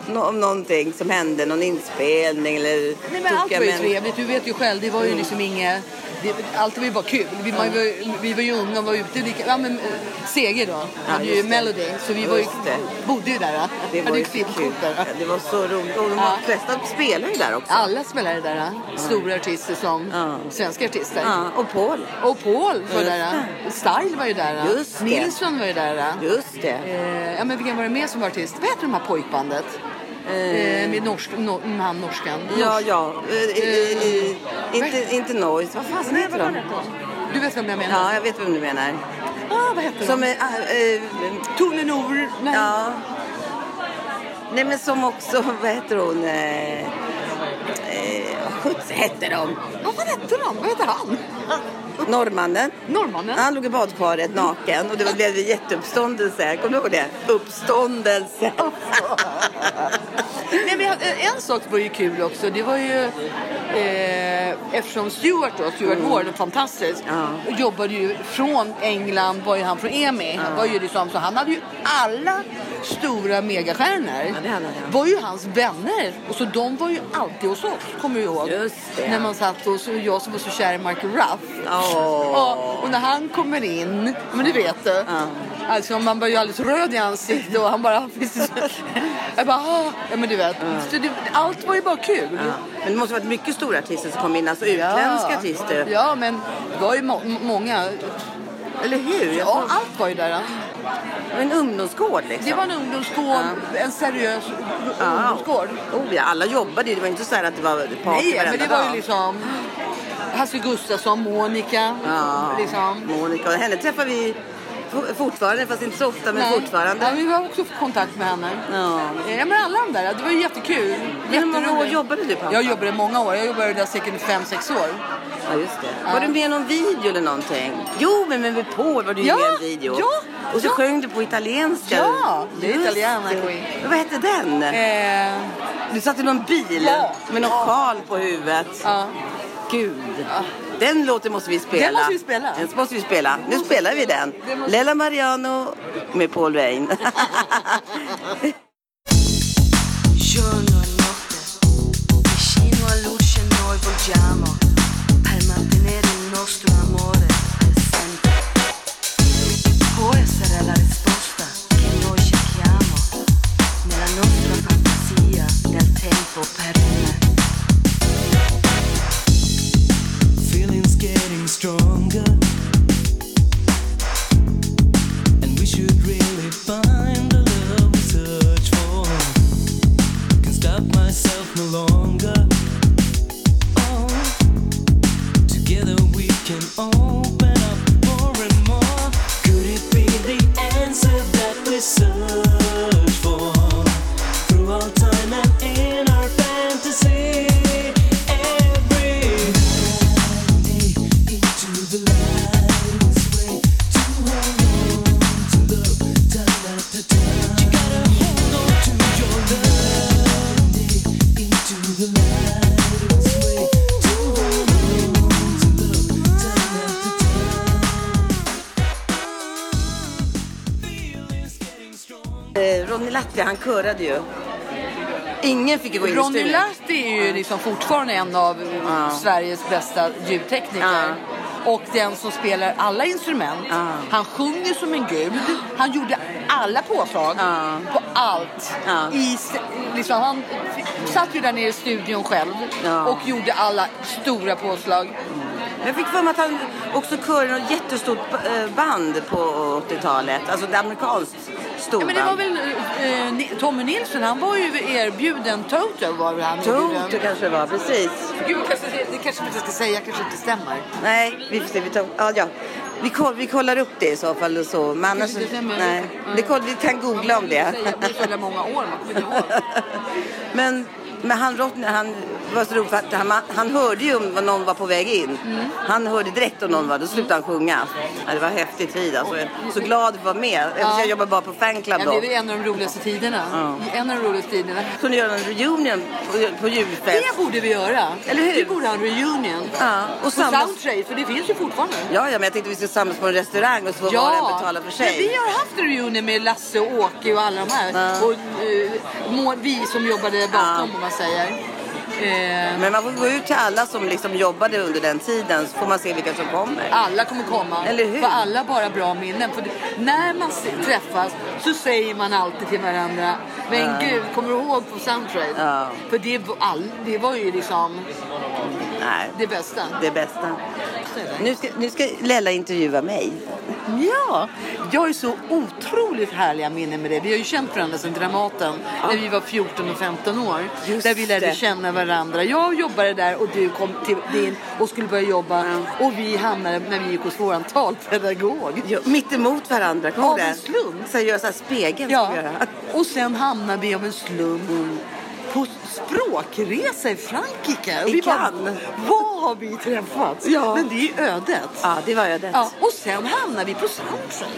B: Nå- om någonting som hände, någon inspelning eller
H: Nej, men allt
B: tokiga
H: var ju
B: män-
H: trevligt. Du vet ju själv, det var ju liksom inget... Det, allt var ju bara kul. Vi, man, var, ju- vi var ju unga och var ute. Lika, ja, men, eh, Seger då, hade ju
B: just det.
H: Melody. Så vi var ju,
B: Just det.
H: bodde ju där. va?
B: Det var
H: hade
B: ju så kul. Ja, Det var så roligt. Och de
H: Ja.
B: flesta spelar ju där också.
H: Alla spelade där. va? Stora artister som
B: Ja.
H: svenska artister.
B: Ja, och Paul.
H: Och Paul var
B: Just
H: där. va? Style var ju där. va?
B: Just det.
H: Nilsson var ju där. va?
B: Just det.
H: Eh, ja, men vilken var det mer som var artist? Vad heter de här pojkbandet? Eh, med norsk, no, med han norskan.
B: Ja, ja. Eh, eh, eh, inte, inte Noise. Vad fan heter de?
H: Du vet vem jag menar?
B: Ja, jag vet vem du menar.
H: Ah, vad heter
B: Som
H: de?
B: är... Äh,
H: eh, Tone Nor. Nej.
B: ja. Nej, men som också... Vad heter hon? Eh, eh, vad sjutts hette de?
H: Ja, vad hette de? Vad heter han?
B: Norrmannen.
H: Norrmannen?
B: Han låg i badkaret naken och det blev en jätteuppståndelse. Kommer du ihåg det? Uppståndelse.
H: Nej, men jag- en sak var ju kul också. Det var ju eh, eftersom Stuart då, Stuart Ward, fantastiskt,
B: Mm. Ja.
H: jobbade ju från England, var ju han från EMI. Var ju liksom, så han hade ju alla stora megastjärnor.
B: det hade han.
H: var ju hans vänner. Och så de var ju alltid hos oss, kommer jag ihåg.
B: Just det.
H: När man satt och så, jag som var så kär i Mark Ruff.
B: Åh.
H: Ja, och när han kommer in, men det vet du. Alltså man blir ju alldeles röd i ansiktet och han bara... "Ah, jag bara, ah. ja men du vet. Så det, allt var ju bara kul.
B: Mm. Ja. Men det måste ha varit mycket stora artister som kom in, alltså utländska artister.
H: Ja, men det var ju må- många.
B: Eller hur?
H: Ja, allt var ju där.
B: En ungdomsgård liksom.
H: Det var en ungdomsgård, en seriös
B: Ja.
H: ungdomsgård.
B: Oh, ja, alla jobbade ju. Det var inte så här att det var party
H: Nej,
B: varenda
H: men det var
B: dag.
H: ju liksom Hasse Gustafsson, Monica.
B: Ja,
H: Liksom.
B: Monica. Och henne träffar vi fo- fortfarande, fast inte så ofta, men
H: Nej.
B: fortfarande.
H: Ja, vi har också kontakt med henne.
B: Ja.
H: Ja men alla de där, det var ju jättekul.
B: Men hur många
H: Jätteroligt.
B: år jobbade du på
H: Jag
B: Hammarby?
H: jobbade många år, jag jobbade där säkert fem sex år.
B: Ja, just det. Var du med i någon video eller någonting? Jo, men med Paul var du ju
H: Ja,
B: med i en video.
H: ja,
B: Och så
H: ja.
B: sjöng du på italienska.
H: Ja, det är
B: Just
H: italienare,
B: det.
H: Queen.
B: Men Vad hette den?
H: Eh,
B: Du satt i någon bil
H: Ja.
B: med någon sjal på huvudet.
H: ja.
B: Gud. Den låten måste vi spela.
H: Den måste vi spela.
B: Den måste vi spela. Nu spelar vi den.
H: Den måste-
B: Lella Mariano med Paul Wein.
I: Giorno e notte, vicino a luce noi volgiamo per mantenere il nostro amore per sempre. Può essere la risposta che noi cerchiamo nella nostra fantasia, nel tempo perenne.
D: Feelings getting stronger. And we should really find the love we search for. Can stop myself no longer. Oh, together we can open up more and more. Could it be the answer that we search for? Through all time and in our fantasy. Every into the lightest way to hold on to love time after time. You gotta hold on to your love into the lightest way to hold on to love time after time. Feelings getting stronger.
B: Eh, Ronny Latti, han körade ju. Ingen fick ju gå in i
H: Ronny
B: studion.
H: Lahti är ju liksom fortfarande en av eh, Sveriges bästa ljudtekniker. Och den som spelar alla instrument. Han sjunger som en gud. Han gjorde alla påslag på allt.
B: Ja.
H: I, s- liksom, han f- satt ju där nere i studion själv
B: Ja.
H: och gjorde alla stora påslag.
B: Jag fick för mig att han också körade något jättestort eh, band på 80-talet. Alltså ett amerikanskt
H: Ja,
B: storband.
H: men det var väl eh, Ni- Tommy Nilsson, han var ju erbjuden Toto var väl han
B: Toto
H: erbjuden.
B: kanske det var, precis.
H: Gud, kanske, det kanske vi inte ska säga, kanske inte stämmer.
B: Nej, vi får se. Vi, tar, ja, ja. vi, koll, vi kollar upp det i så fall. Och så. Men annars,
H: Kanske inte stämmer.
B: nej.
H: Mm.
B: Det koll, vi kan googla om
H: Jag
B: det.
H: vill säga, Det är så jävla många år, man kommer inte ihåg.
B: men, men han Rottner, han var så rolig för att han, han hörde ju om någon var på väg in.
H: Mm.
B: Han hörde direkt om någon var, då slutade han sjunga. Ja, det var häftig tid alltså. Jag är Så glad att vara med. Eftersom jag jobbar bara på fanclub
H: Ja, det är
B: då.
H: väl en av de roligaste tiderna.
B: Ja.
H: En av de roligaste tiderna.
B: Så nu gör de en reunion på, på
H: Det
B: julfest.
H: borde vi göra.
B: Eller hur?
H: Vi borde ha en reunion.
B: Ja, och
H: Och
B: samlas-
H: Soundtrade, för det finns ju fortfarande.
B: Ja, ja, men jag tänkte vi skulle samlas på en restaurang och så får var och en betala för sig.
H: Men vi har haft en reunion med Lasse och Åke och alla de här. Och eh, må- vi som jobbade bakom, om man säger. Eh,
B: Men man får gå ut till alla som liksom jobbade under den tiden så får man se vilka som kommer.
H: Alla kommer komma.
B: Eller hur?
H: För alla har bara bra minnen. För det, när man se- träffas så säger man alltid till varandra. Men gud, kommer du ihåg på Soundtrade?
B: Ja.
H: För det, var all, det var ju liksom...
B: Nej.
H: Det bästa.
B: Det bästa. Nu ska, nu ska Lella intervjua mig.
H: Ja, jag har ju så otroligt härliga minnen med dig. Vi har ju känt varandra sedan Dramaten när vi var 14 och 15 år.
B: Just
H: där vi lärde
B: det.
H: känna varandra. Jag jobbade där och du kom till din och skulle börja jobba. Och vi hamnade när vi gick hos våran talpedagog.
B: Jo, mitt emot varandra. Kommer
H: Av
B: du ihåg
H: en
B: det?
H: slump.
B: Så jag gör så här spegeln.
H: Ja.
B: ska jag göra.
H: Och sen hamnade vi av en slump på språkresa i Frankrike. Och
B: I
H: vi bara,
B: Cannes.
H: vad har vi träffats?
B: Ja.
H: Men det är ju ödet.
B: ja, det var jag det.
H: Ja, och sen hamnade vi på Sunset.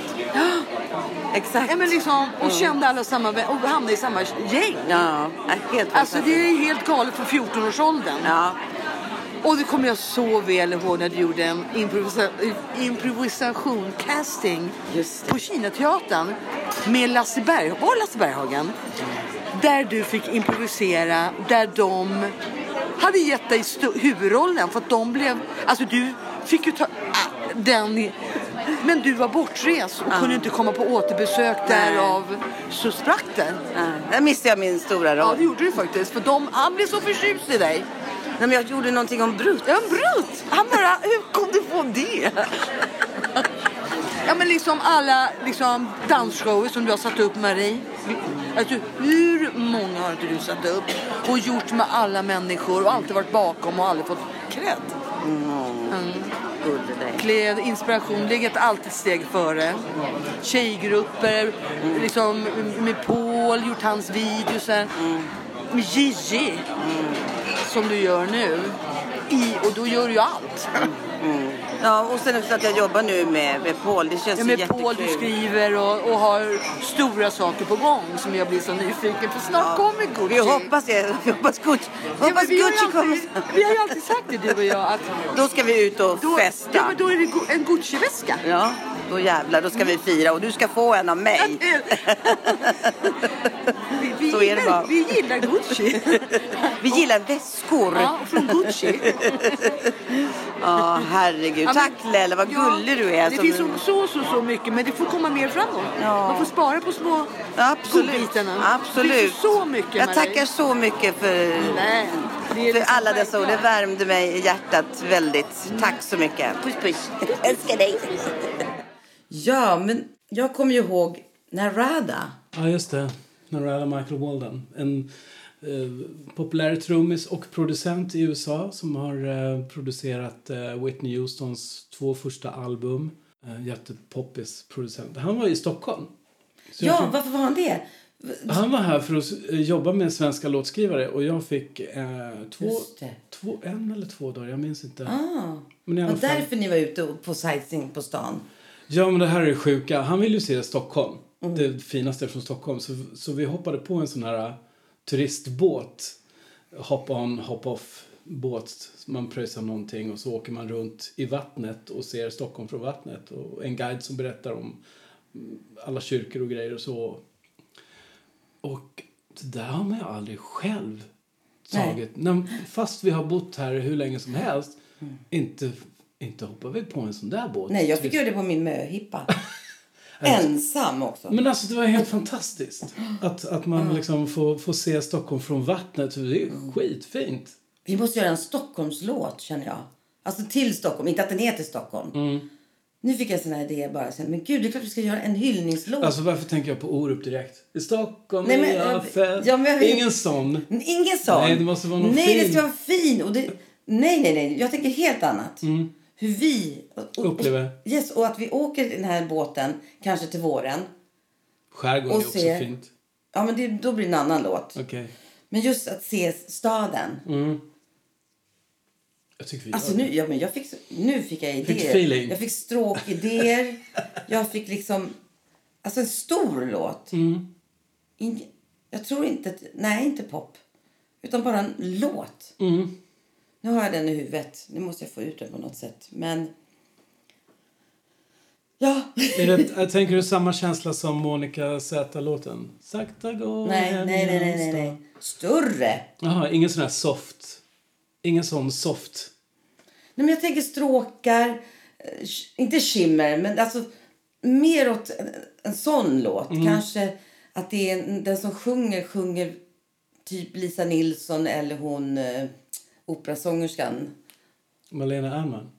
B: Exakt. Mm.
H: Ja, men liksom, och kände alla samma, och hamnade i samma gäng.
B: Ja, helt
H: Alltså det är helt galet för 14-årsåldern.
B: Ja,
H: Och det kommer jag så väl ihåg när du gjorde en improvisa improvisation casting
B: Just det.
H: på Kinateatern med Lasse Berg, var Lasse Berghagen? Där du fick improvisera, där de hade gett dig stu- huvudrollen för att de blev, alltså du fick ju ta äh, den, men du var bortrest och kunde inte komma på återbesök därav så sprack det.
B: ja. där missade jag min stora
H: Ja
B: roll.
H: det gjorde du faktiskt, för de, han blev så förtjust i dig.
B: Nej, men jag gjorde någonting om brut.
H: Ja, en brut! Han bara, hur kom du på det? Ja men liksom alla liksom, dansshower som du har satt upp Marie. Alltså, hur många har inte du satt upp och gjort med alla människor och alltid varit bakom och aldrig fått cred?
B: Gjorde dig.
H: Kläd, inspiration, legat alltid ett steg före. Tjejgrupper, liksom med Paul, gjort hans videos. här. Med Gigi, som du gör nu. I, och då gör du ju allt.
B: Ja, och sen också att jag jobbar nu med, med Paul. Det känns
H: Ja,
B: ju
H: med Paul du
B: alltså, jättekul.
H: skriver och, och har stora saker på gång som jag blir så nyfiken för snart kommer Gucci.
B: Vi hoppas det. Vi hoppas Gucci,
H: Ja,
B: hoppas
H: men vi, har ju
B: Gucci kommer.
H: alltid, vi har ju alltid sagt det du och jag att
B: Då ska vi ut och
H: då,
B: festa.
H: ja, men då är det Gu- en Gucci-väska.
B: Ja, då jävlar, då ska vi fira och du ska få en av mig.
H: vi, vi,
B: Så är det
H: gillar,
B: bara.
H: vi gillar Gucci.
B: Vi gillar väskor.
H: ja, och från Gucci.
B: Ja, herregud.
H: Ja, men-
B: Tack Lelle, vad
H: Ja,
B: gullig du är.
H: Det
B: som-
H: finns så, så, så, så mycket men det får komma mer framåt.
B: Ja.
H: Man får spara på små
B: Absolut.
H: godbitarna. Det
B: Absolut.
H: finns så mycket
B: Jag
H: Marie.
B: tackar så mycket för,
H: Nej, det är
B: för
H: liksom
B: alla dessa ord. Det
H: självklart. Mm.
B: värmde mig i hjärtat väldigt. Tack så mycket. Puss puss. Älskar dig. Ja, men jag kommer ju ihåg Narada.
A: Ja, just det. Narada Michael Walden. En eh, populär trummis och producent i USA som har eh, producerat eh, Whitney Houstons två första album. Eh, jättepoppis producent. Han var i Stockholm. Så jag
B: Ja,
A: fick-
B: varför var han det?
A: Han var här för att eh, jobba med svenska låtskrivare och jag fick eh, två,
B: Just det.
A: två, en eller två dagar, jag minns inte.
B: Ah,
A: Men i alla
B: var
A: fall.
B: därför ni var ute och- på sightseeing på stan.
A: Ja, men det här är det sjuka. Han ville ju se Stockholm.
B: Mm.
A: Det finaste från Stockholm. Så, så vi hoppade på en sån här äh, turistbåt. Hop-on, hop-off båt. Man pröjsar någonting och så åker man runt i vattnet och ser Stockholm från vattnet. Och en guide som berättar om mm, alla kyrkor och grejer och så. Och det där har man ju aldrig själv
B: Nej. Mm.
A: tagit. När, fast vi har bott här hur länge som helst. Inte, inte hoppar vi på en sån där båt.
B: Nej, jag fick göra det på min möhippa. Ensam också.
A: Men alltså det var helt fantastiskt. Att, att man liksom får, får se Stockholm från vattnet. Det är skitfint.
B: Vi måste göra en Stockholmslåt känner jag. Alltså till Stockholm, inte att den heter Stockholm.
A: Mm.
B: Nu fick jag en sån här idé bara. Jag kände, Men gud, det är klart vi ska göra en hyllningslåt.
A: Alltså varför tänker jag på Orup direkt? I Stockholm
B: Nej, men,
A: är jag
B: jag-
A: född.
B: ja, men jag-
A: Ingen sån.
B: Men Ingen sån.
A: Nej, det måste vara någon
B: Nej, det
A: fin.
B: ska vara fin. Och det... Nej, nej, nej. Jag tänker helt annat. Hur vi... och-
A: Mm. Upplever.
B: Och, yes, och att vi åker i den här båten, kanske till våren.
A: Skärgården är
B: Och
A: också
B: se-
A: fint.
B: Ja, men det, då blir det en annan låt.
A: Okej.
B: Men just att se staden.
A: Jag tycker vi gör
B: Alltså
A: det.
B: nu, ja, men jag fick, så- nu fick jag idéer.
A: Fick feeling.
B: Jag fick stråkidéer. jag fick liksom... Alltså en stor låt.
A: Mm.
B: Ing- jag tror inte att... Nej, inte pop. Utan bara en låt.
A: Mm.
B: Nu har jag den i huvudet. Nu måste jag få ut den på något sätt. Men... Ja.
A: Är det, jag tänker du samma känsla som Monica Z-låten? Sakta går
B: nej, nej,
A: hem
B: nej, nej, nej,
A: genom
B: nej.
A: stan.
B: Större!
A: Jaha, ingen sån här soft. Ingen sån soft.
B: Nej, men jag tänker stråkar, eh, sh- inte skimmer, men alltså mer åt en, en sån låt. Kanske att det är en, den som sjunger, sjunger typ Lisa Nilsson eller hon eh, operasångerskan.
A: Malena Ernman?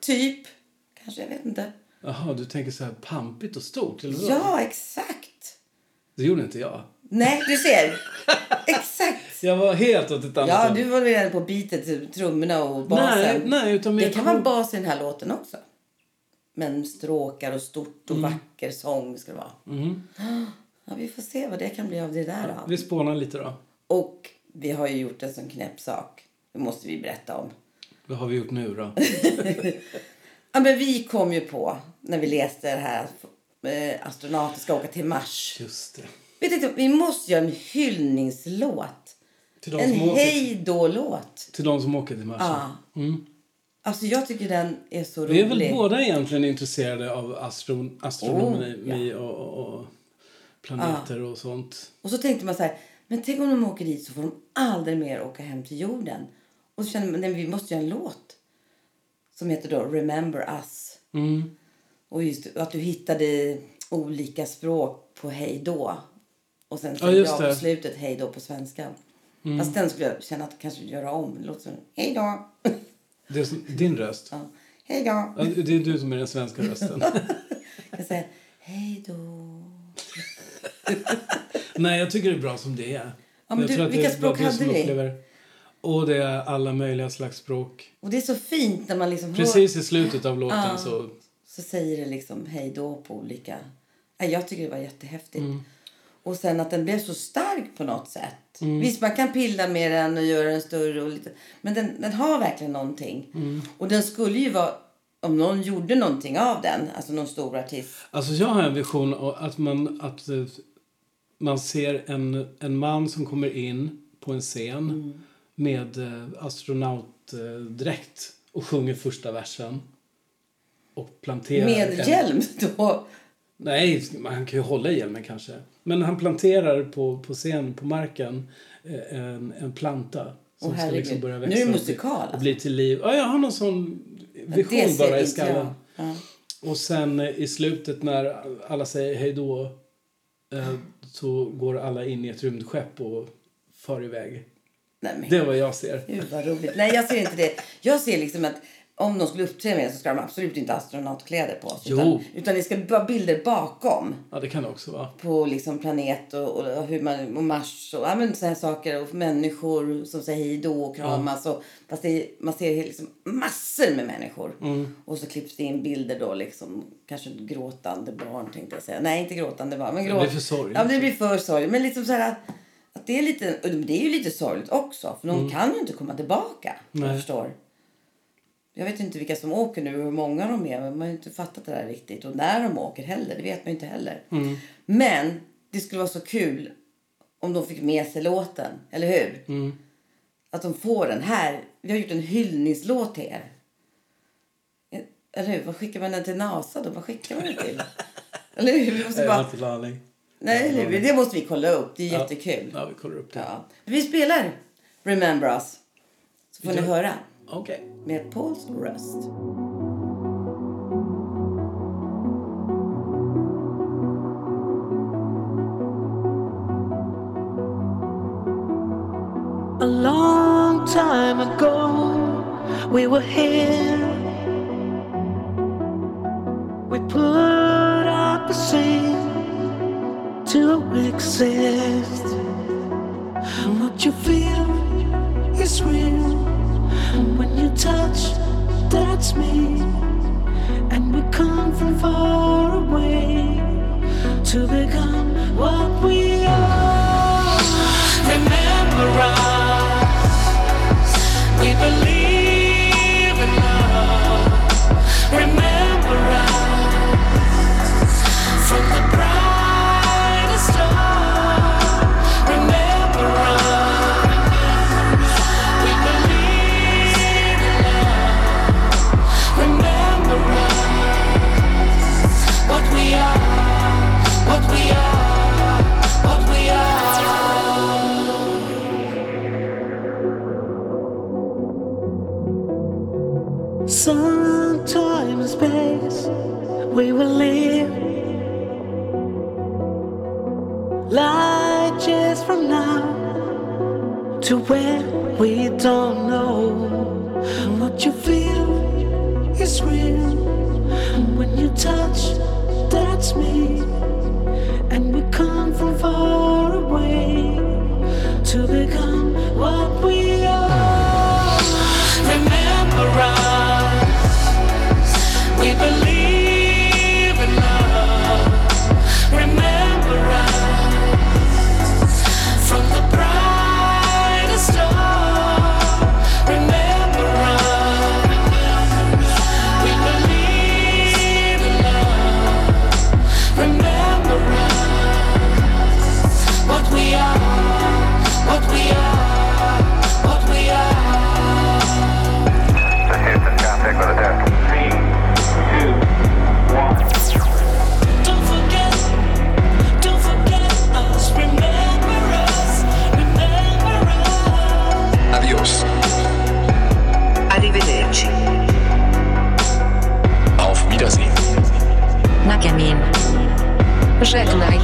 B: Typ. Kanske, jag vet inte.
A: Jaha, du tänker så här pampigt och stort? Eller vadå?
B: Ja, exakt.
A: Det gjorde inte jag.
B: Nej, du ser. exakt.
A: Jag var helt åt ett annat
B: Ja,
A: håll.
B: du var redan på bitet, trummorna och basen.
A: Nej, nej, utan mer
B: Det kan vara bas i den här låten också. Men stråkar och stort och
A: Mm.
B: vacker sång ska det vara. Ja, vi får se vad det kan bli av det där. då.
A: Vi spånar lite då.
B: Och vi har ju gjort en sån knäpp sak. Det måste vi berätta om.
A: Vad har vi gjort nu då?
B: Ja, men vi kom ju på, när vi läste det här att eh, astronauter ska åka till Mars.
A: Just det.
B: Vi tänkte vi måste göra en hyllningslåt.
A: Till de,
B: En
A: som åker,
B: hej då-låt.
A: till de som åker till Mars.
B: Ja. Alltså jag tycker den är så rolig.
A: Vi Mm. är väl båda egentligen intresserade av astron, astronomi
B: Oh,
A: och, och, och planeter och sånt.
B: Och så tänkte man så här, men tänk om de åker dit så får de aldrig mer åka hem till jorden. Och så kände man, nej, vi måste göra en låt som heter då Remember Us.
A: Mm.
B: Och just att du hittade olika språk på hej då. Och sen
A: Ja,
B: ja,
A: just
B: jag på
A: det. Mm.
B: slutet hej då på svenska. Fast den skulle jag känna att kanske göra om. Det låter som hej då.
A: Det är som, din röst.
B: Ja, hej då.
A: Ja, Det är du som är den svenska rösten.
B: Jag säger hej då.
A: Nej, jag tycker det är bra som det är.
B: Ja, men
A: jag
B: du,
A: tror att
B: vilka
A: det är bra
B: språk
A: du som
B: hade vi?
A: upplever. Och det är alla möjliga slags språk.
B: Och det är så fint när man liksom hör
A: Precis i slutet av låten
B: Ja.
A: så...
B: så säger det liksom hej då på olika... Nej, Jag tycker det var jättehäftigt.
A: Mm.
B: Och sen att den blev så stark på något sätt.
A: Mm.
B: Visst, man kan pilla med den och göra den större och lite... Men den, den har verkligen någonting.
A: Mm.
B: Och den skulle ju vara... Om någon gjorde någonting av den, alltså någon stor artist.
A: Alltså jag har en vision av att man, att eh, man ser en, en man som kommer in på en scen
B: Mm.
A: med eh, astronautdräkt och sjunger första versen. Och planterar...
B: Med
A: en-
B: hjälm då.
A: Nej, han kan ju hålla i hjälmen kanske. Men han planterar på, på scen, på marken, eh, en, en planta. Som
B: Åh,
A: ska
B: herregud.
A: liksom börja
B: Nu
A: växa.
B: är det
A: och bli-
B: musikal, alltså.
A: Och bli till liv. Ja, jag har någon sån vision
B: ser
A: bara i
B: inte
A: skallen.
B: jag. Ja.
A: Och sen eh, i slutet när alla säger hej då eh, så går alla in i ett rymdskepp och far iväg.
B: Nej, men
A: Det är vad jag ser.
B: Gud vad roligt. Nej jag ser inte det. Jag ser liksom att om de skulle uppträda med det så ska de absolut inte ha astronautkläder på sig.
A: Jo.
B: Utan, utan det ska vara bilder bakom.
A: Ja, det kan det också vara.
B: På liksom planet och, och, hur man, och Mars och ja, men så här saker. Och människor som säger hej då och kramas. Och, fast det, är- man ser liksom massor med människor.
A: Mm.
B: Och så klipps det in bilder då liksom. Kanske gråtande barn tänkte jag säga. Nej inte gråtande barn. Men gråt...
A: blir för sorgligt.
B: Ja det blir för sorgligt. Men liksom så här att, att det är lite, och det är ju lite sorgligt också. För de kan ju inte komma tillbaka. Jag
A: Mm. Nej.
B: förstår. Jag vet inte vilka som åker nu och hur många de är. Men man har ju inte fattat det där riktigt. Och när de åker heller. Det vet man ju inte heller.
A: Mm.
B: Men det skulle vara så kul om de fick med sig låten. Eller hur?
A: Mm.
B: Att de får den här. Vi har gjort en hyllningslåt till er. Eller hur? Vad skickar man den till NASA då? Vad skickar man den till? Eller hur? Vi måste
A: Jag har
B: bara...
A: inte en aning.
B: Nej, eller hur? det måste vi kolla upp. Det är
A: Ja.
B: jättekul.
A: Ja, vi kollar upp det.
B: Ja. Vi spelar Remember Us. Så får ni
A: Ja.
B: höra
A: Okej.
B: med Pauls röst.
D: A long time ago, we were here. We put up a scene to exist. And what you feel is real. And when you touch, that's me. And we come from far away to become what we are. Remember us. We believe in love. Remember us from the brightest star. Remember us. We believe in love. Remember us. What we are. What we are. What we are. Sometime space we will live Light years from now to where we don't know And what you feel is real. And when you touch, that's me. And we come from far away to become what we are. Remember us. We believe in love. Remember us from the brightest star. Remember us. We believe in love. Remember us. What we are. What we are. What we are. Don't forget. Don't forget us. Remember us. Remember us.
J: Adios.
D: Arrivederci.
J: Auf Wiedersehen.
F: Nakamin. Żegnaj.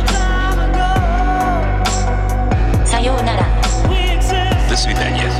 F: Sayonara.
J: До свидания.